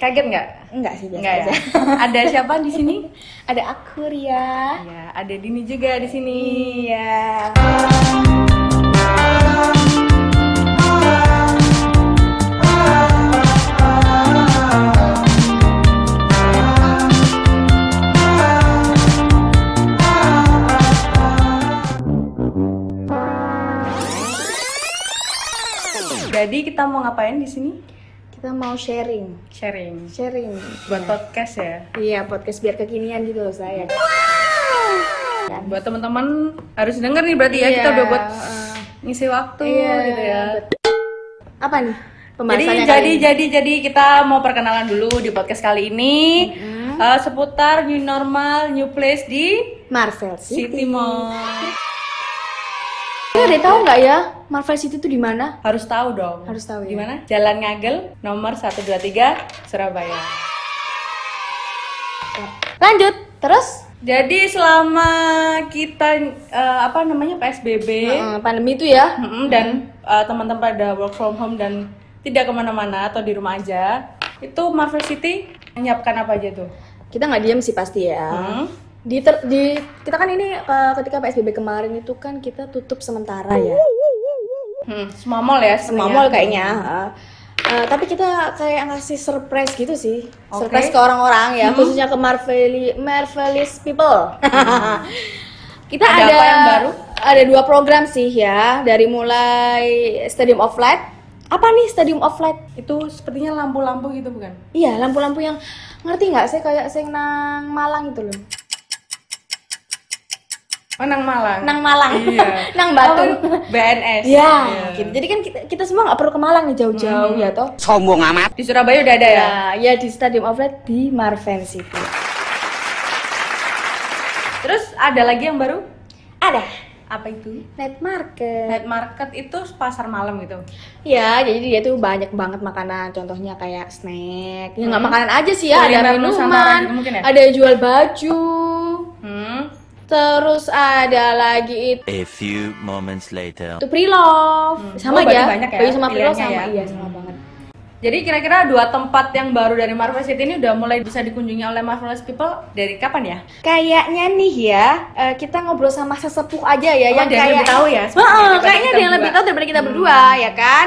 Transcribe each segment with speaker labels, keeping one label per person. Speaker 1: Kaget nggak?
Speaker 2: Enggak sih biasa
Speaker 1: Nggak ya.
Speaker 2: aja.
Speaker 1: Ada siapa di sini?
Speaker 2: Ada aku Ria.
Speaker 1: Ya, ada Dini juga di sini. Ya.
Speaker 2: Iya.
Speaker 1: Jadi kita mau ngapain di sini?
Speaker 2: Kita mau sharing.
Speaker 1: Sharing.
Speaker 2: Sharing.
Speaker 1: Buat podcast ya.
Speaker 2: Iya, podcast biar kekinian gitu loh saya.
Speaker 1: Ya, Buat teman-teman harus denger nih berarti ya kita
Speaker 2: Iya,
Speaker 1: udah buat
Speaker 2: eh.
Speaker 1: ngisi waktu gitu ya.
Speaker 2: bet- Apa nih?
Speaker 1: Jadi
Speaker 2: Pembahasannya kali
Speaker 1: jadi
Speaker 2: ini?
Speaker 1: jadi jadi kita mau perkenalan dulu di podcast kali ini eh, seputar new normal, new place di
Speaker 2: Marvel City.
Speaker 1: City Mall.
Speaker 2: Ini ada yang tahu nggak ya Marvel City itu di mana?
Speaker 1: Harus tahu dong.
Speaker 2: Harus tahu ya.
Speaker 1: Gimana? Jalan Ngagel nomor 123 Surabaya.
Speaker 2: Lanjut. Terus
Speaker 1: Jadi selama kita eh, apa namanya PSBB
Speaker 2: Eh, pandemi itu ya.
Speaker 1: mm-mm, dan eh, teman-teman pada work from home dan tidak kemana-mana atau di rumah aja, itu Marvel City menyiapkan apa aja tuh?
Speaker 2: Kita nggak diem sih pasti ya.
Speaker 1: Hmm?
Speaker 2: Di, ter- di kita kan ini eh, ketika PSBB kemarin itu kan kita tutup sementara ya.
Speaker 1: Hmm, semua mall ya?
Speaker 2: semua
Speaker 1: sebenarnya.
Speaker 2: mall kayaknya. heeh. Eh, tapi kita kayak ngasih surprise gitu sih,
Speaker 1: Oke. Hmm.
Speaker 2: surprise ke orang-orang ya, khususnya ke Marveli, Marvelis people. kita
Speaker 1: Ada
Speaker 2: ada,
Speaker 1: apa yang baru?
Speaker 2: Ada dua program sih ya, dari mulai Stadium of Light. Apa nih Stadium of Light?
Speaker 1: Itu sepertinya lampu-lampu gitu bukan?
Speaker 2: Iya, lampu-lampu yang ngerti nggak saya kayak sing nang Malang itu loh.
Speaker 1: Oh, Nang Malang.
Speaker 2: Nang Malang.
Speaker 1: Iya.
Speaker 2: nang Batu.
Speaker 1: Oh, BNS.
Speaker 2: Iya,
Speaker 1: Iya. Hmm.
Speaker 2: gitu. Jadi kan kita, kita semua nggak perlu ke Malang nih jauh-jauh ya toh.
Speaker 3: sombong amat.
Speaker 1: Di Surabaya udah ada ya?
Speaker 2: Ya, ya di Stadium of Light di Marven City.
Speaker 1: Terus ada lagi yang baru?
Speaker 2: Ada
Speaker 1: Apa itu?
Speaker 2: night market.
Speaker 1: Night market itu pasar malam gitu.
Speaker 2: Ya, jadi dia tuh banyak banget makanan. Contohnya kayak snack. Ya nggak makanan aja sih ya, ada
Speaker 1: Kulineran Nusantara
Speaker 2: minuman,
Speaker 1: gitu mungkin ya?
Speaker 2: ada yang jual baju.
Speaker 1: Hmm.
Speaker 2: Terus ada lagi itu
Speaker 4: A few moments later.
Speaker 2: pre-love.
Speaker 1: Oh,
Speaker 2: Sama
Speaker 1: baju
Speaker 2: ya.
Speaker 1: banyak ya,
Speaker 2: Baju sama pre-love
Speaker 1: pilihannya
Speaker 2: sama.
Speaker 1: ya.
Speaker 2: Iya, sama banget.
Speaker 1: Jadi kira-kira dua tempat yang baru dari Marvel City ini udah mulai bisa dikunjungi oleh Marvelous People dari kapan ya?
Speaker 2: Kayaknya nih ya, eh, kita ngobrol sama sesepuh
Speaker 1: Oh,
Speaker 2: aja ya
Speaker 1: ada yang
Speaker 2: yang kayak
Speaker 1: lebih tahu ya,
Speaker 2: Heeh,
Speaker 1: sebenarnya daripada
Speaker 2: kayaknya
Speaker 1: kita
Speaker 2: ada yang lebih
Speaker 1: berdua.
Speaker 2: tahu daripada kita berdua, ya kan?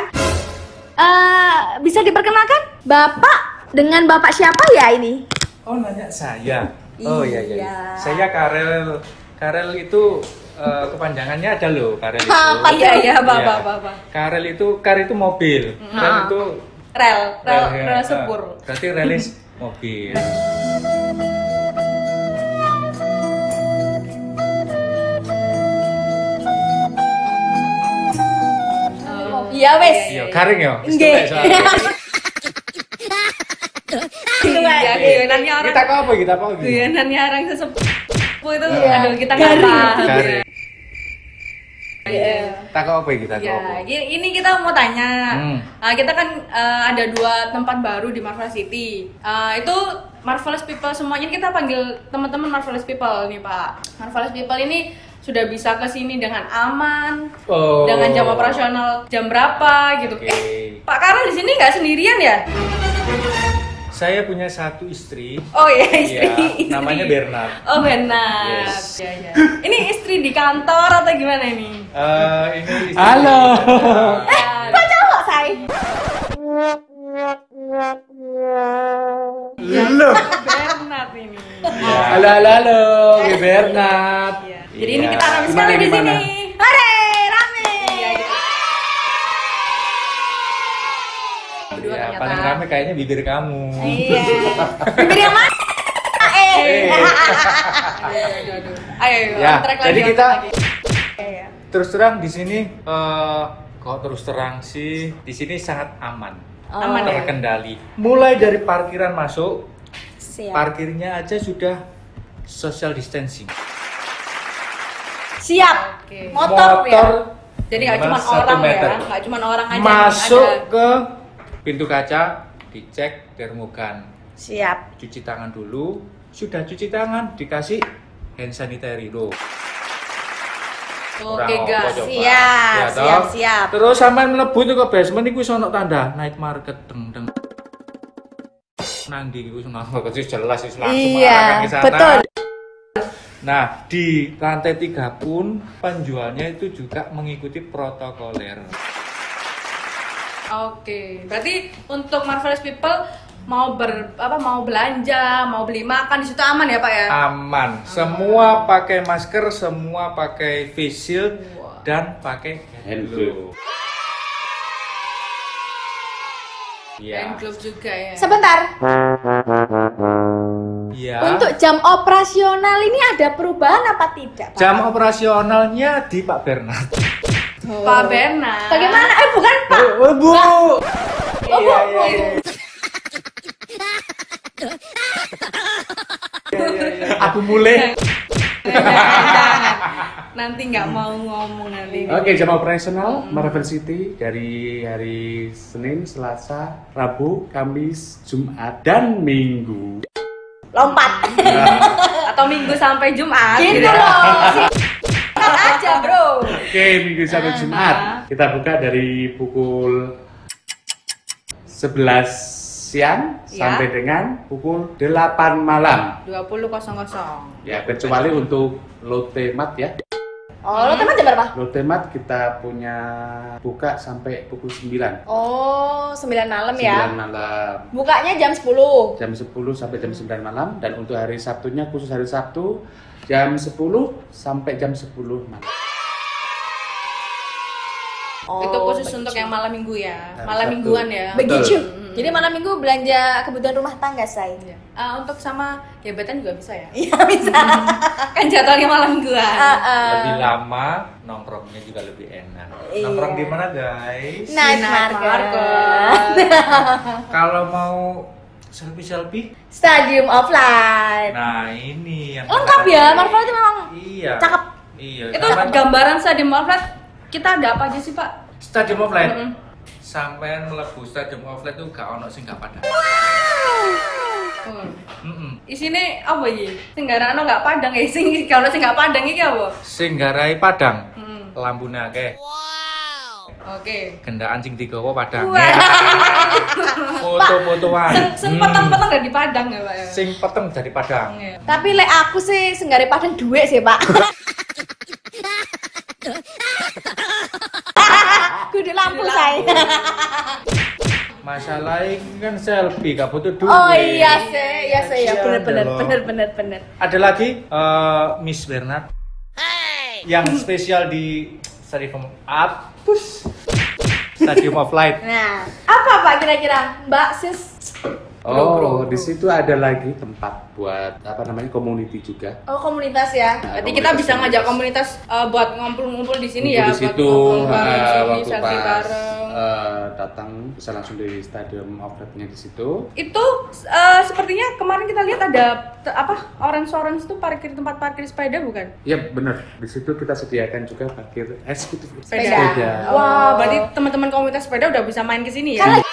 Speaker 2: Eh, bisa diperkenalkan Bapak dengan Bapak siapa ya ini?
Speaker 5: Oh nanya saya. Oh iya iya.
Speaker 2: Iya.
Speaker 5: Saya Karel. Karel itu eh, kepanjangannya ada loh Karel itu.
Speaker 2: Apa
Speaker 1: Iya iya, apa
Speaker 5: Iya.
Speaker 1: apa apa. apa.
Speaker 5: Karel itu Karel itu mobil. Karel itu
Speaker 1: Rel, Ah. rel,
Speaker 5: ya.
Speaker 1: rel sepur. Nah,
Speaker 5: Eh, Berarti relis mobil.
Speaker 2: Iya wes.
Speaker 5: Iya, garing ya.
Speaker 2: Nggih.
Speaker 5: Ah.
Speaker 1: Iya, guyonannya orang, Iya.
Speaker 5: Kita kok apa kita apa?
Speaker 1: guyonannya orang sesepuh itu,
Speaker 5: Iya.
Speaker 1: aduh kita nggak paham.
Speaker 5: Garing. Kita kok apa kita kok
Speaker 1: Ya,
Speaker 5: apa?
Speaker 1: gi- Iya, ini kita mau tanya.
Speaker 5: Hmm.
Speaker 1: Ah, kita kan eh, ada dua tempat baru di Marvel City. Ah, itu Marvelous People semuanya kita panggil teman-teman Marvelous People nih Pak. Marvelous People ini sudah bisa ke sini dengan aman,
Speaker 5: Oh.
Speaker 1: dengan jam operasional jam berapa gitu.
Speaker 5: Oke.
Speaker 1: Eh, Pak Karel di sini nggak sendirian ya?
Speaker 5: Saya punya satu istri.
Speaker 1: Oh iya istri.
Speaker 5: Iya,
Speaker 1: istri.
Speaker 5: namanya Bernard.
Speaker 1: Oh Bernard.
Speaker 5: Yes.
Speaker 1: Ya, ya. Ini istri di kantor atau gimana ini? Iya,
Speaker 5: Eh, ini istri Halo.
Speaker 2: Kok cowok say?
Speaker 1: Bernard ini.
Speaker 5: Halo, halo, halo, Gue Bernard.
Speaker 1: Iya. Jadi ini kita ramai
Speaker 5: Gimana,
Speaker 1: sekali di
Speaker 5: gimana?
Speaker 1: sini.
Speaker 2: Hore, rame. iya.
Speaker 1: Berdua
Speaker 5: Iya,
Speaker 1: ternyata.
Speaker 5: paling rame kayaknya bibir kamu.
Speaker 2: Iya. Bibir yang mana? Eh.
Speaker 5: Eh,
Speaker 1: Aduh, aduh, aduh. Ayo, ayo,
Speaker 5: Ya,
Speaker 1: on track lagi,
Speaker 5: jadi
Speaker 1: on
Speaker 5: kita-
Speaker 1: track lagi.
Speaker 5: terus terang di sini eh, kok terus terang sih di sini sangat aman,
Speaker 1: aman
Speaker 5: Oh,
Speaker 1: ya.
Speaker 5: terkendali. Mulai dari parkiran masuk,
Speaker 1: Iya.
Speaker 2: Siap.
Speaker 5: parkirnya aja sudah social distancing.
Speaker 2: Siap.
Speaker 1: Oke.
Speaker 2: Motor, ya.
Speaker 1: Jadi nggak cuma
Speaker 5: satu
Speaker 1: orang
Speaker 5: meter.
Speaker 1: ya, nggak cuma orang aja. yang
Speaker 5: Masuk
Speaker 1: ada.
Speaker 5: ke pintu kaca, dicek termogan.
Speaker 2: Siap.
Speaker 5: cuci tangan dulu sudah cuci tangan dikasih hand sanitizer loh
Speaker 1: Oke,
Speaker 5: Orang
Speaker 1: gas.
Speaker 5: apa coba?
Speaker 2: Siap,
Speaker 5: Ya, toh?
Speaker 2: siap, siap.
Speaker 5: terus sampai melebu itu ke basement itu sono tanda night market deng deng nang ndi iku nang kecil jelas wis langsung
Speaker 2: Iya,
Speaker 5: arahnya ke sana.
Speaker 2: betul.
Speaker 5: Nah, di lantai 3 pun penjualnya itu juga mengikuti protokoler.
Speaker 1: Oke, berarti untuk marvelous people mau ber apa mau belanja, mau beli makan di situ aman ya pak ya?
Speaker 5: Aman. Semua pakai masker, semua pakai face shield dan pakai hand
Speaker 3: Hand
Speaker 5: glove.
Speaker 1: Dan
Speaker 5: Iya.
Speaker 1: club juga ya.
Speaker 2: Sebentar,
Speaker 5: Iya.
Speaker 2: untuk jam operasional ini ada perubahan apa tidak? Pak?
Speaker 5: Jam operasionalnya di Pak Bernard.
Speaker 1: Pak Bernard.
Speaker 2: Bagaimana? Eh bukan Pak.
Speaker 5: Bu, Bu. Iya, iya, iya. Iya, iya, iya. Aku mulai.
Speaker 1: Jangan, jangan. nanti nggak mau ngomong nanti.
Speaker 3: Oke, jam operasional Marvel City dari hari Senin, Selasa, Rabu, Kamis, Jumat, dan Minggu.
Speaker 2: Lompat.
Speaker 1: Atau minggu sampai Jumat. Iya.
Speaker 2: Gitu loh. Singkat aja, Bro.
Speaker 3: Oke, Minggu
Speaker 5: Ah,
Speaker 3: sampai Jumat. Kita buka dari pukul 11 siang
Speaker 5: Iya.
Speaker 1: Ya.
Speaker 3: sampai dengan pukul 8 malam.
Speaker 1: Dua puluh kosong kosong.
Speaker 3: Ya, kecuali untuk lotemat ya.
Speaker 2: Oh, lo teman jam berapa?
Speaker 3: Lotemat kita punya buka sampai pukul 9.
Speaker 2: Oh, 9 malam
Speaker 3: 9
Speaker 2: ya.
Speaker 3: malam.
Speaker 2: Bukanya jam 10.
Speaker 3: jam 10 sampai jam 9 malam dan untuk hari Sabtunya khusus hari Sabtu jam 10 sampai jam 10 malam.
Speaker 2: Oh,
Speaker 1: Itu khusus
Speaker 2: begitu.
Speaker 1: untuk yang malam minggu ya.
Speaker 3: Nah,
Speaker 1: Malam
Speaker 3: satu.
Speaker 1: mingguan ya.
Speaker 3: Be-
Speaker 2: begitu.
Speaker 1: Betul.
Speaker 2: Jadi malam minggu belanja kebutuhan rumah tangga, saya.
Speaker 1: Iya. Ah, untuk sama gebetan juga bisa ya.
Speaker 2: Iya, bisa.
Speaker 1: kan jadwalnya malam mingguan.
Speaker 2: Ah, ah.
Speaker 5: Lebih lama nongkrongnya juga lebih enak.
Speaker 2: Iya. Nah.
Speaker 5: Nongkrong di mana, guys?
Speaker 2: Night
Speaker 1: Night
Speaker 2: market.
Speaker 5: Kalau mau selfie-selfie,
Speaker 2: Stadium of Light.
Speaker 5: nah ini yang
Speaker 2: Lengkap ya, Marvel itu memang
Speaker 5: Iya.
Speaker 2: Cakep.
Speaker 5: Iya.
Speaker 1: Itu
Speaker 5: karena
Speaker 1: gambaran saya di Marvel kita ada apa aja sih pak?
Speaker 5: Stadium of Light.
Speaker 1: Mm-mm.
Speaker 5: Sampai mlebu Stadium of Light tuh gak ono sing gak padang.
Speaker 1: Hmm.
Speaker 5: Mm-mm.
Speaker 1: Di sini apa ya? Tenggara nggak padang ya? Sing kalau sing nggak padang iki apa?
Speaker 5: Sing garai padang.
Speaker 1: Hmm.
Speaker 5: Lambune akeh.
Speaker 1: Oke.
Speaker 5: Gendaan sing digawa padang.
Speaker 2: Iya.
Speaker 1: Wah.
Speaker 5: Foto-fotoan.
Speaker 1: Sing- Sing peteng-peteng dari Padang ya pak ya?
Speaker 5: Sing peteng dari padang.
Speaker 1: Iya.
Speaker 2: Tapi lek aku sih senggare padang duit sih, Pak. Kudu lampu, saya.
Speaker 5: Masalah ini kan selfie, gak butuh duit.
Speaker 2: Oh iya sih, iya sih ya
Speaker 5: Kasihan
Speaker 2: bener-bener
Speaker 5: dong.
Speaker 2: bener-bener bener.
Speaker 5: Ada lagi eh, Miss Bernard. Yang spesial di Stadium Apus. Stadium of Light.
Speaker 2: Nah, apa Pak kira-kira Mbak Sis?
Speaker 3: Oh, di situ ada lagi tempat buat apa namanya community juga.
Speaker 2: Oh, komunitas ya.
Speaker 1: Berarti kita bisa ngajak komunitas eh, buat ngumpul-ngumpul di sini ya,
Speaker 3: Di situ
Speaker 1: buat
Speaker 3: eh,
Speaker 1: bareng
Speaker 3: waktu
Speaker 1: sini, selfie
Speaker 3: pas
Speaker 1: bareng.
Speaker 3: eh, datang bisa langsung dari stadium outletnya di situ.
Speaker 1: Itu eh, sepertinya kemarin kita lihat ada te- apa orange-orange itu parkir tempat parkir sepeda bukan?
Speaker 3: Ya benar, di situ kita sediakan juga parkir eksekutif
Speaker 1: Sepeda.
Speaker 2: Oh.
Speaker 1: Wah, berarti teman-teman komunitas sepeda udah bisa main ke sini ya?
Speaker 2: Kan lagi-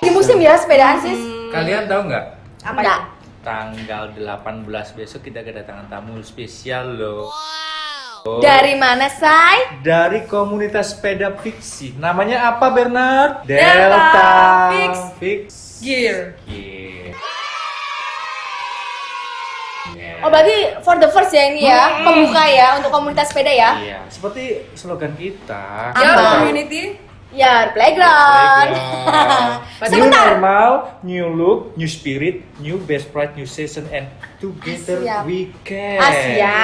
Speaker 2: Di musim ya sepedaan Sis?
Speaker 5: Kalian tahu nggak?
Speaker 1: Apa
Speaker 2: Enggak.
Speaker 1: itu?
Speaker 5: Tanggal 18 besok kita kedatangan tamu spesial loh.
Speaker 2: Dari mana, Say?
Speaker 5: Dari komunitas sepeda fiksi. Namanya apa Bernard?
Speaker 1: Delta Fix.
Speaker 5: Fix. Iya.
Speaker 1: Gear.
Speaker 5: Gear.
Speaker 2: Oh, berarti for the first ya ini ya, pembuka ya untuk komunitas sepeda ya.
Speaker 5: Iya, seperti slogan kita.
Speaker 1: Ya,
Speaker 2: Apa?
Speaker 1: community.
Speaker 2: Ya, playground.
Speaker 5: Playground. new
Speaker 2: Sebentar.
Speaker 5: normal, new look, new spirit, new best pride, new season, and together
Speaker 2: Asia.
Speaker 5: we can.
Speaker 2: ya. Asia.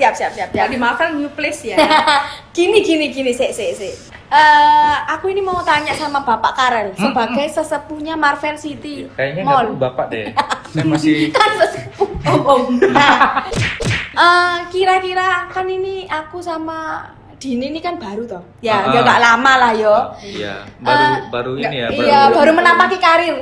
Speaker 2: Siap, siap, siap,
Speaker 1: Ya,
Speaker 2: siap.
Speaker 1: di Marvel New Place ya.
Speaker 2: gini gini gini sik sik sik. Eh, aku ini mau tanya sama Bapak Karel sebagai sesepuhnya Marvel City
Speaker 5: Hmm, Iya, Kayaknya nggak
Speaker 2: Mall.
Speaker 5: perlu bapak deh. Saya masih
Speaker 2: Kan sesepuh om om. Nah, eh, kira-kira kan ini aku sama Dini ini kan baru toh. Ya,
Speaker 5: Ah,
Speaker 2: ya
Speaker 5: ah.
Speaker 2: nggak lama lah yo.
Speaker 5: Iya,
Speaker 2: baru- Eh,
Speaker 5: baru ini ya,
Speaker 2: Iya, baru menapaki karir.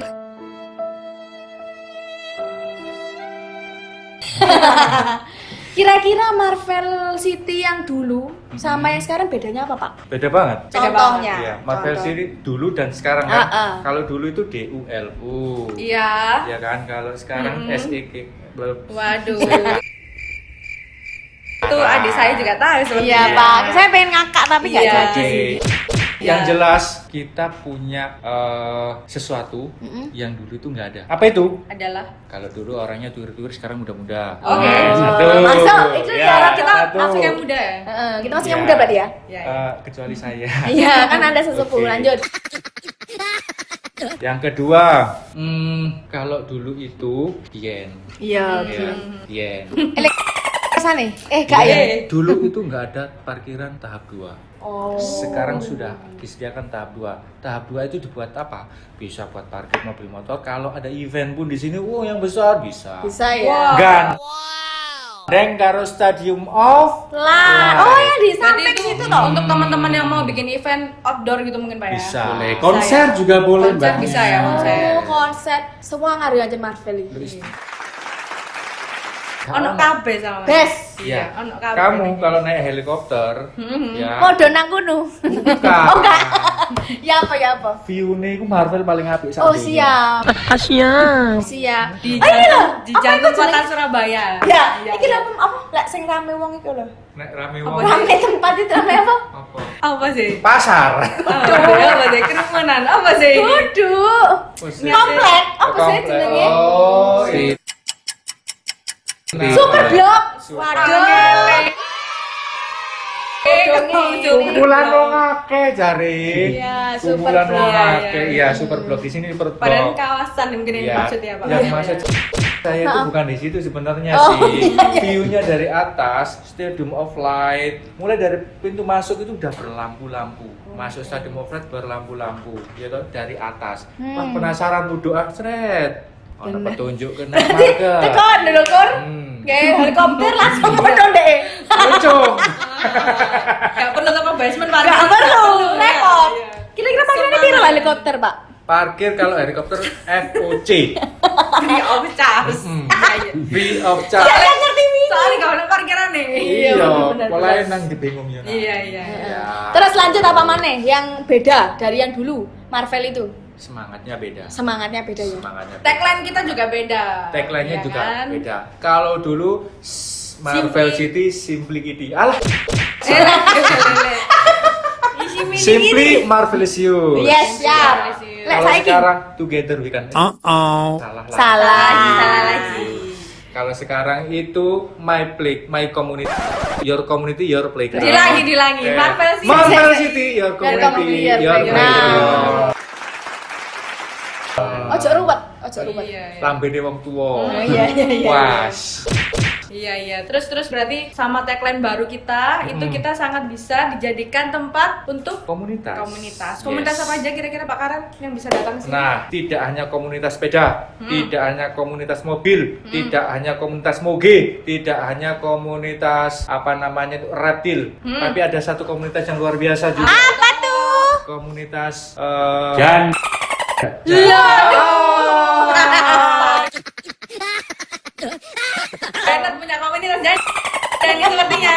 Speaker 2: Kira-kira Marvel City yang dulu sama
Speaker 5: Hmm.
Speaker 2: yang sekarang bedanya apa, Pak?
Speaker 5: Beda banget.
Speaker 1: Beda
Speaker 2: Contohnya.
Speaker 5: Iya, Marvel
Speaker 2: Contoh.
Speaker 5: City dulu dan sekarang kan.
Speaker 2: Ah, ah.
Speaker 5: Kalau dulu itu DULU.
Speaker 1: Iya.
Speaker 5: Ya kan kalau sekarang
Speaker 1: Mm-mm.
Speaker 5: SEK.
Speaker 1: Waduh. Itu adik saya juga tahu sebenarnya.
Speaker 2: Iya, Pak. Saya pengen ngakak tapi nggak
Speaker 1: Iya.
Speaker 2: jadi sih.
Speaker 5: Yang
Speaker 1: Ya.
Speaker 5: jelas kita punya eh, sesuatu yang dulu itu nggak ada. Apa itu?
Speaker 1: adalah
Speaker 5: Kalau dulu orangnya tuir-tuir, sekarang muda-muda.
Speaker 2: Oh,
Speaker 1: Oke.
Speaker 5: Iya,
Speaker 3: satu.
Speaker 2: Masuk, itu
Speaker 3: Ya,
Speaker 2: cara
Speaker 1: kita
Speaker 5: satu.
Speaker 1: langsung yang muda ya.
Speaker 2: Heeh, kita masih yang
Speaker 5: Iya.
Speaker 2: muda berarti ya?
Speaker 1: Ya, ya.
Speaker 5: Eh, kecuali saya.
Speaker 2: Iya, kan ada sesepuh
Speaker 5: Oke.
Speaker 2: lanjut.
Speaker 5: yang kedua, hmm, kalau dulu itu Bien,
Speaker 2: Iya.
Speaker 5: ya, Bien.
Speaker 2: Kesane? Eh, gak ya?
Speaker 1: Iya.
Speaker 5: Dulu itu nggak ada parkiran tahap 2
Speaker 1: Oh.
Speaker 5: Sekarang sudah disediakan tahap 2 Tahap 2 itu dibuat apa? Bisa buat parkir mobil motor. Kalau ada event pun di sini, oh yang besar bisa.
Speaker 2: Bisa ya.
Speaker 1: Wah.
Speaker 5: Gan. Deng karo Stadium of
Speaker 2: Lah,
Speaker 5: Light.
Speaker 2: oh yang di
Speaker 1: Berarti
Speaker 2: samping
Speaker 1: itu
Speaker 2: situ toh.
Speaker 1: untuk teman-teman yang mau bikin event outdoor gitu mungkin Pak ya.
Speaker 5: Iya. Bisa. ya. Iya.
Speaker 3: Boleh. Konser juga boleh,
Speaker 1: Konser bisa ya, konser.
Speaker 2: Oh, konser semua ngaruh aja Marvel ini.
Speaker 1: Ono kabeh sama. Mas.
Speaker 2: Best.
Speaker 1: Iya,
Speaker 5: Ya.
Speaker 1: ono kabeh.
Speaker 5: Kamu kalau naik helikopter, ya.
Speaker 2: Podo nang kono.
Speaker 5: Bukan.
Speaker 2: Oh, enggak. ya apa ya apa?
Speaker 5: View-nya itu Marvel paling apik saat
Speaker 2: Oh,
Speaker 5: ini.
Speaker 2: siap. Siap. Siap.
Speaker 1: di
Speaker 2: Oh, iya loh.
Speaker 1: jantung, di
Speaker 2: Apa itu
Speaker 1: jantung kota
Speaker 2: jenenge?
Speaker 1: Surabaya. Iya,
Speaker 2: Ya, iki lho apa? Lek sing rame wong iku lho.
Speaker 5: Nek rame
Speaker 1: Apa?
Speaker 5: wong
Speaker 2: Rame tempat itu rame apa?
Speaker 5: apa?
Speaker 1: Apa sih?
Speaker 5: Pasar.
Speaker 1: Apa sih? Apa sih? Kerumunan. Apa sih?
Speaker 2: Duduk. Komplek. Apa sih
Speaker 5: Oh, Komplek.
Speaker 2: jenenge?
Speaker 5: Oh, iya. Nah.
Speaker 2: Super blok.
Speaker 1: Aduh, ngelek. Eh,
Speaker 2: Dongeng.
Speaker 5: Kumpulan wong akeh jare.
Speaker 2: Iya,
Speaker 5: Kumpulan
Speaker 2: super
Speaker 5: wong
Speaker 1: blok.
Speaker 5: akeh. Iya, kan super blok di sini super
Speaker 1: Padahal
Speaker 5: blok.
Speaker 1: kawasan mungkin yang maksudnya Pak.
Speaker 5: Ya, Yang
Speaker 1: Iya,
Speaker 5: maksud
Speaker 1: iya.
Speaker 5: saya itu bukan di situ sebenarnya
Speaker 2: Oh,
Speaker 5: sih.
Speaker 2: iya, iya.
Speaker 5: View-nya dari atas, Stadium of Light. Mulai dari pintu masuk itu udah berlampu-lampu. Masuk Stadium of Light berlampu-lampu, ya toh, dari atas. Wah, penasaran tuh doa seret. Ada petunjuk ke night
Speaker 2: Berarti
Speaker 5: market.
Speaker 2: tekon lho, Kur.
Speaker 5: Hmm.
Speaker 2: Kayak helikopter
Speaker 1: Iya.
Speaker 2: langsung podo deh.
Speaker 5: Lucu.
Speaker 1: Gak perlu ke Ya, basement Pak.
Speaker 2: Gak perlu, repot.
Speaker 1: Iya.
Speaker 2: Kira-kira pakaiannya piro lah helikopter, Pak?
Speaker 5: Parkir kalau helikopter FOC.
Speaker 1: Free of charge. Iya, iya.
Speaker 5: Free of
Speaker 2: Ya,
Speaker 5: charge.
Speaker 2: yang ngerti mi.
Speaker 1: Soalnya gak ada parkiran nih.
Speaker 5: Iya,
Speaker 2: benar,
Speaker 5: mulai
Speaker 2: benar.
Speaker 5: nang dibingung ya.
Speaker 1: Iya, iya.
Speaker 2: Terus lanjut apa maneh yang beda dari yang dulu Marvel itu?
Speaker 5: Semangatnya beda.
Speaker 2: Semangatnya beda ya.
Speaker 5: Semangatnya. beda.
Speaker 1: Tagline kita juga beda.
Speaker 5: Tagline-nya
Speaker 1: Iya
Speaker 5: juga
Speaker 1: kan?
Speaker 5: beda. Kalau dulu s- Marvel
Speaker 1: Simply-
Speaker 5: City Simplicity. Alah,
Speaker 1: Eh, lele. Isi mini
Speaker 5: Simply Marvelicious.
Speaker 2: Yes, ya.
Speaker 1: Iya.
Speaker 2: Lek
Speaker 5: Kalau
Speaker 2: saiki
Speaker 5: sekarang Together We Can. Salah lah.
Speaker 1: lagi, salah
Speaker 2: salah.
Speaker 1: lagi.
Speaker 5: Kalau sekarang itu My Play, My Community, Your Community, Your Playground.
Speaker 1: Dilangi, dilangi.
Speaker 5: Eh,
Speaker 1: Marvel City.
Speaker 5: Marvel City, Your
Speaker 2: community,
Speaker 5: Community,
Speaker 2: your
Speaker 5: Your
Speaker 2: playground.
Speaker 5: Playground.
Speaker 2: Ojo ruwet, ojo ruwet.
Speaker 1: Iya, iya.
Speaker 5: Lambene wong tuwa.
Speaker 2: Oh, iya, iya, iya.
Speaker 5: Was.
Speaker 1: Iya iya. Terus terus berarti sama tagline baru kita itu
Speaker 5: Mm.
Speaker 1: kita sangat bisa dijadikan tempat untuk
Speaker 5: Komunitas.
Speaker 1: komunitas.
Speaker 5: Yes.
Speaker 1: Komunitas apa aja kira-kira Pak Karan yang bisa datang ke sini?
Speaker 5: Nah, tidak hanya komunitas sepeda, tidak hanya komunitas mobil, tidak hanya komunitas moge, tidak hanya komunitas apa namanya itu reptil, tapi ada satu komunitas yang luar biasa juga.
Speaker 2: Apa tuh?
Speaker 5: Komunitas eh,
Speaker 3: Dan
Speaker 5: Iya.
Speaker 1: Iya. Renat punya komunitas jadi dan itu pentingnya.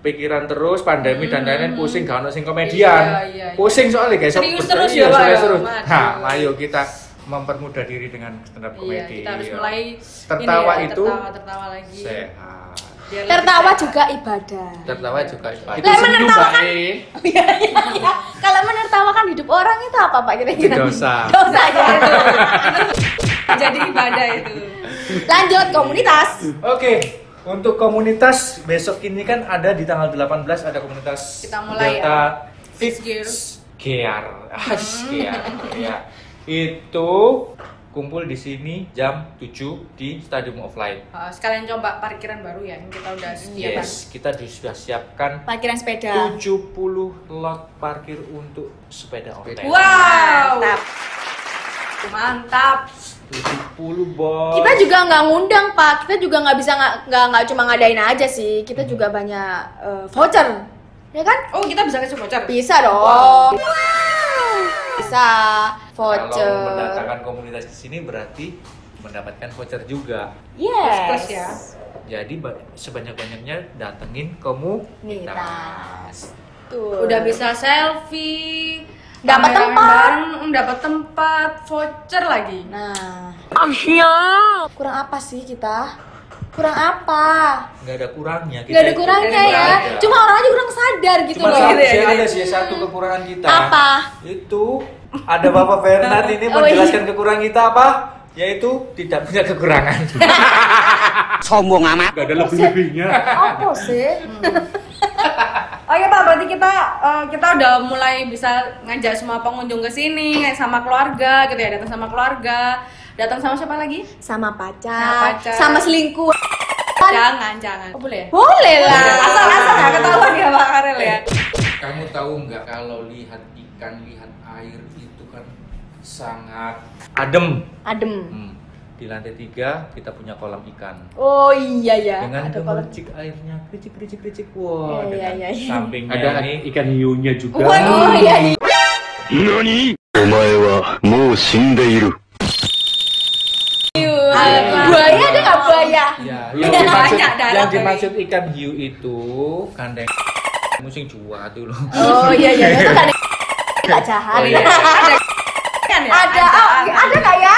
Speaker 5: pikiran terus pandemi dan lain-lain pusing gak ono sing komedian.
Speaker 1: Hmm. Iya, iya, iya.
Speaker 5: Pusing soalnya guys.
Speaker 1: Serius terus
Speaker 5: Iya,
Speaker 1: ya, Pak,
Speaker 5: serius
Speaker 1: ya?
Speaker 5: terus.
Speaker 1: Waduh.
Speaker 5: Nah, ayo kita mempermudah diri dengan stand up
Speaker 1: Iya,
Speaker 5: comedy.
Speaker 1: kita harus
Speaker 5: Iya.
Speaker 1: mulai
Speaker 5: tertawa
Speaker 1: ini ya,
Speaker 5: itu
Speaker 1: tertawa tertawa lagi.
Speaker 5: sehat.
Speaker 1: Biar lebih
Speaker 2: Tertawa
Speaker 1: sehat.
Speaker 2: juga ibadah.
Speaker 5: Tertawa juga
Speaker 2: Itu Lah, senyum menertawakan.
Speaker 5: baik.
Speaker 2: Iya, iya, iya. Kalau menertawakan hidup orang itu apa, Pak? Kira-kira
Speaker 5: Dosa.
Speaker 2: Dosa ya.
Speaker 1: jadi ibadah itu.
Speaker 2: Lanjut komunitas.
Speaker 5: Oke, untuk komunitas besok ini kan ada di tanggal 18 ada komunitas
Speaker 1: Kita mulai
Speaker 5: Delta
Speaker 1: ya.
Speaker 5: Fifth
Speaker 1: Gear.
Speaker 5: Gear. Ah, Gear, ya. Itu kumpul di sini jam 7 di Stadium of Light.
Speaker 1: Uh, sekalian coba parkiran baru ya yang kita udah sediakan.
Speaker 5: Yes, kita di- sudah siapkan
Speaker 2: Parkiran sepeda.
Speaker 5: 70 lot parkir untuk sepeda ontel.
Speaker 1: Wow.
Speaker 2: Mantap.
Speaker 1: Mantap.
Speaker 5: 70 bot.
Speaker 2: Kita juga nggak ngundang, Pak. Kita juga nggak bisa nggak nggak nggak cuma ngadain aja sih. Kita juga banyak eh, voucher, ya kan?
Speaker 1: Oh, kita bisa kasih voucher.
Speaker 2: Bisa dong. biasa voucher.
Speaker 5: Kalau mendatangkan komunitas di sini berarti mendapatkan voucher juga.
Speaker 2: Yes.
Speaker 1: Plus ya.
Speaker 5: Jadi ba- sebanyak-banyaknya datengin komunitas.
Speaker 2: Tuh.
Speaker 1: Udah bisa selfie,
Speaker 2: Dapat
Speaker 1: rame-rame
Speaker 2: tempat.
Speaker 1: bareng, dapat tempat, voucher lagi.
Speaker 2: Nah. Kurang apa sih kita? Kurang apa?
Speaker 5: Nggak ada kurangnya. kita
Speaker 2: Gak ada
Speaker 5: itu.
Speaker 2: kurangnya
Speaker 5: Nggak
Speaker 2: ya.
Speaker 5: ada.
Speaker 2: Cuma orang aja kurang sadar gitu
Speaker 5: Cuma
Speaker 2: loh.
Speaker 5: satu,
Speaker 1: Gitu ya,
Speaker 5: saya
Speaker 1: gitu
Speaker 5: ada sih satu kekurangan kita.
Speaker 2: Apa?
Speaker 5: Itu ada Bapak Bernard ini
Speaker 2: Oh,
Speaker 5: menjelaskan kekurangan kita apa? Yaitu tidak punya kekurangan.
Speaker 6: sombong amat.
Speaker 3: Gak ada lebih-lebihnya.
Speaker 2: Apa sih?
Speaker 1: Oke oh iya, Pak, berarti kita eh, kita udah mulai bisa ngajak semua pengunjung ke sini sama keluarga gitu ya, datang sama keluarga, datang sama siapa lagi?
Speaker 2: Sama pacar,
Speaker 1: Sama pacar.
Speaker 2: sama selingkuh.
Speaker 1: Jangan, jangan. Oh, boleh. ya?
Speaker 2: Boleh lah.
Speaker 1: Asal-asal nggak ketahuan ya Pak Karel ya.
Speaker 5: Kamu tahu nggak kalau lihat ikan, lihat air itu kan sangat adem.
Speaker 2: Adem.
Speaker 5: Hmm. Di lantai tiga kita punya kolam ikan.
Speaker 2: Oh iya ya.
Speaker 5: dengan
Speaker 2: Ada kolam.
Speaker 5: gemercik airnya kricik kricik kricik
Speaker 2: Iya, iya,
Speaker 5: wow dengan
Speaker 2: iya, iya.
Speaker 5: sampingnya
Speaker 3: Ada
Speaker 5: ini ya,
Speaker 3: ikan hiunya juga.
Speaker 2: Oh iya iya.
Speaker 6: 何お前はもう死んでいる。
Speaker 2: Buaya ada nggak buaya?
Speaker 5: ya,
Speaker 1: Iya,
Speaker 5: yang dimaksud,
Speaker 1: banyak darat
Speaker 5: yang
Speaker 1: dari-
Speaker 5: dimaksud ikan hiu itu gandeng musim jua tuh loh
Speaker 2: Oh iya iya. Itu nggak ada. Nggak jahat.
Speaker 5: Oh, iya.
Speaker 1: Ada kan ya?
Speaker 2: Ada, oh, ada nggak ya?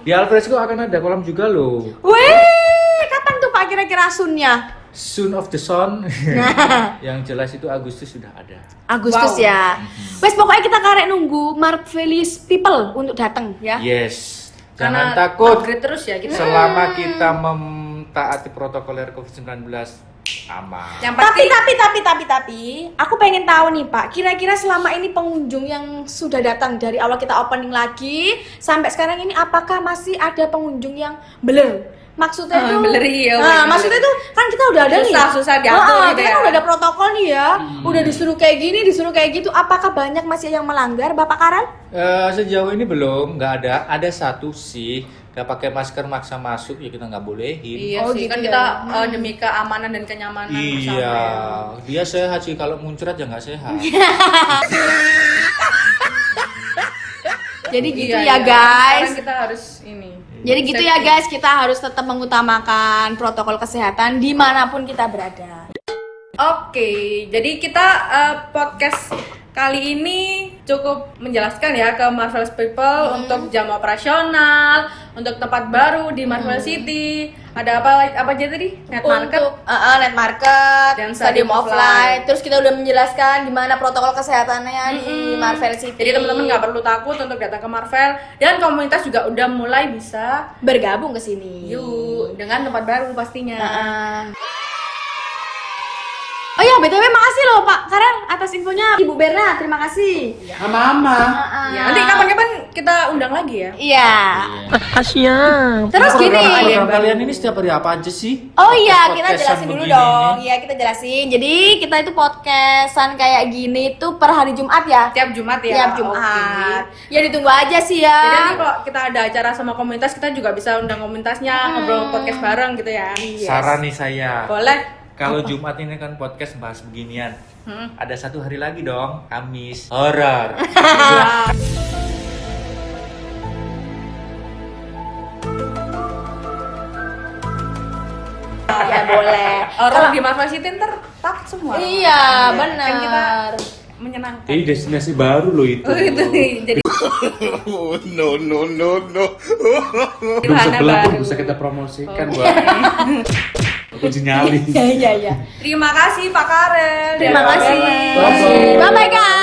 Speaker 5: di alfresco akan ada kolam juga loh
Speaker 2: Wih, kapan tuh Pak kira-kira asunnya?
Speaker 5: soon of the sun
Speaker 2: Nah.
Speaker 5: yang jelas itu Agustus sudah ada
Speaker 2: Agustus
Speaker 1: Wow.
Speaker 2: ya. Wes pokoknya kita karek nunggu Marvelis people untuk datang ya.
Speaker 5: yes
Speaker 1: Karena
Speaker 5: jangan takut
Speaker 1: upgrade terus ya kita.
Speaker 5: selama kita mentaati protokol COVID-19 aman
Speaker 1: Yang pasti
Speaker 2: Tapi tapi tapi tapi tapi aku pengen tahu nih Pak, kira-kira selama ini pengunjung yang sudah datang dari awal kita opening lagi sampai sekarang ini apakah masih ada pengunjung yang beler? Maksudnya
Speaker 1: Ah,
Speaker 2: itu
Speaker 1: beler, iya,
Speaker 2: Nah,
Speaker 1: beler.
Speaker 2: maksudnya itu kan kita udah ada
Speaker 1: Susah,
Speaker 2: nih.
Speaker 1: susah diatur
Speaker 2: Ah, ah,
Speaker 1: gitu
Speaker 2: kita
Speaker 1: ya.
Speaker 2: kan udah ada protokol nih ya. Udah disuruh kayak gini, disuruh kayak gitu. Apakah banyak masih yang melanggar, Bapak Karel?
Speaker 5: Eh, sejauh ini belum, nggak ada. Ada satu sih, nggak pakai masker maksa masuk ya kita nggak bolehin.
Speaker 1: Iya
Speaker 2: Oh,
Speaker 1: sih,
Speaker 2: gitu
Speaker 1: kan
Speaker 2: ya.
Speaker 1: kita eh, demi keamanan dan
Speaker 2: kan,
Speaker 1: kenyamanan bersama
Speaker 5: Iya,
Speaker 1: ya.
Speaker 5: dia sehat sih kalau muncrat ya nggak sehat.
Speaker 2: Jadi gitu
Speaker 1: Iya,
Speaker 2: ya,
Speaker 1: iya.
Speaker 2: guys.
Speaker 1: Sekarang kita harus ini.
Speaker 2: Jadi gitu ya guys, kita harus tetap mengutamakan protokol kesehatan dimanapun kita berada.
Speaker 1: Oke, jadi kita eh, podcast kali ini cukup menjelaskan ya ke Marvelous People
Speaker 2: Hmm.
Speaker 1: untuk jam operasional, untuk tempat baru di Marvel City. Ada apa lagi- apa aja tadi? Net market.
Speaker 2: Hmm. Untuk uh, uh, net market,
Speaker 1: Dan
Speaker 2: stadium
Speaker 1: stadium
Speaker 2: offline.
Speaker 1: offline.
Speaker 2: Terus kita udah menjelaskan gimana protokol kesehatannya di
Speaker 1: Mm-mm.
Speaker 2: Marvel City.
Speaker 1: Jadi teman-teman nggak perlu takut untuk datang ke Marvel dan komunitas juga udah mulai bisa
Speaker 2: bergabung ke sini.
Speaker 1: yuk dengan tempat baru pastinya.
Speaker 2: Nah, Oh ya, BTW makasih loh Pak Karel atas infonya. Ibu Berna, terima kasih.
Speaker 5: Iya.
Speaker 3: Mama.
Speaker 2: Uh-uh.
Speaker 1: Ya, nanti kapan-kapan kita undang lagi ya.
Speaker 2: Iya. Makasih Terus gini.
Speaker 5: Program kalian ini setiap hari apa aja sih?
Speaker 2: Oh iya,
Speaker 5: Podcast-
Speaker 2: kita jelasin
Speaker 5: podcastan
Speaker 2: dulu
Speaker 5: begini
Speaker 2: dong.
Speaker 5: ini.
Speaker 2: Iya, kita jelasin. Jadi, kita itu podcastan kayak gini tuh per hari Jumat ya.
Speaker 1: Tiap Jumat ya.
Speaker 2: Tiap
Speaker 1: Oke.
Speaker 2: Jumat. Ya ditunggu aja sih ya.
Speaker 1: Jadi nanti kalau kita ada acara sama komunitas kita juga bisa undang komunitasnya
Speaker 2: Hmm.
Speaker 1: ngobrol podcast bareng gitu ya.
Speaker 5: Saran nih saya,
Speaker 1: Boleh.
Speaker 5: kalau Jumat ini kan podcast bahas beginian.
Speaker 1: Hmm.
Speaker 5: Ada satu hari lagi dong, Kamis horor.
Speaker 2: ya boleh.
Speaker 1: Orang di Marvel City Eh, ntar tak semua.
Speaker 2: Iya,
Speaker 1: Kan kita
Speaker 2: benar.
Speaker 1: menyenangkan.
Speaker 3: Ini destinasi baru loh itu.
Speaker 1: Oh, itu jadi
Speaker 6: No no no no.
Speaker 3: Belum
Speaker 1: wahana
Speaker 3: sebelah pun
Speaker 1: baru. Oh.
Speaker 3: bisa kita promosikan buat kunci nyali.
Speaker 2: Iya, iya, iya.
Speaker 1: Terima kasih Pak Karel.
Speaker 2: Terima
Speaker 1: Dan
Speaker 2: kasih.
Speaker 1: Bella.
Speaker 2: Bye bye guys.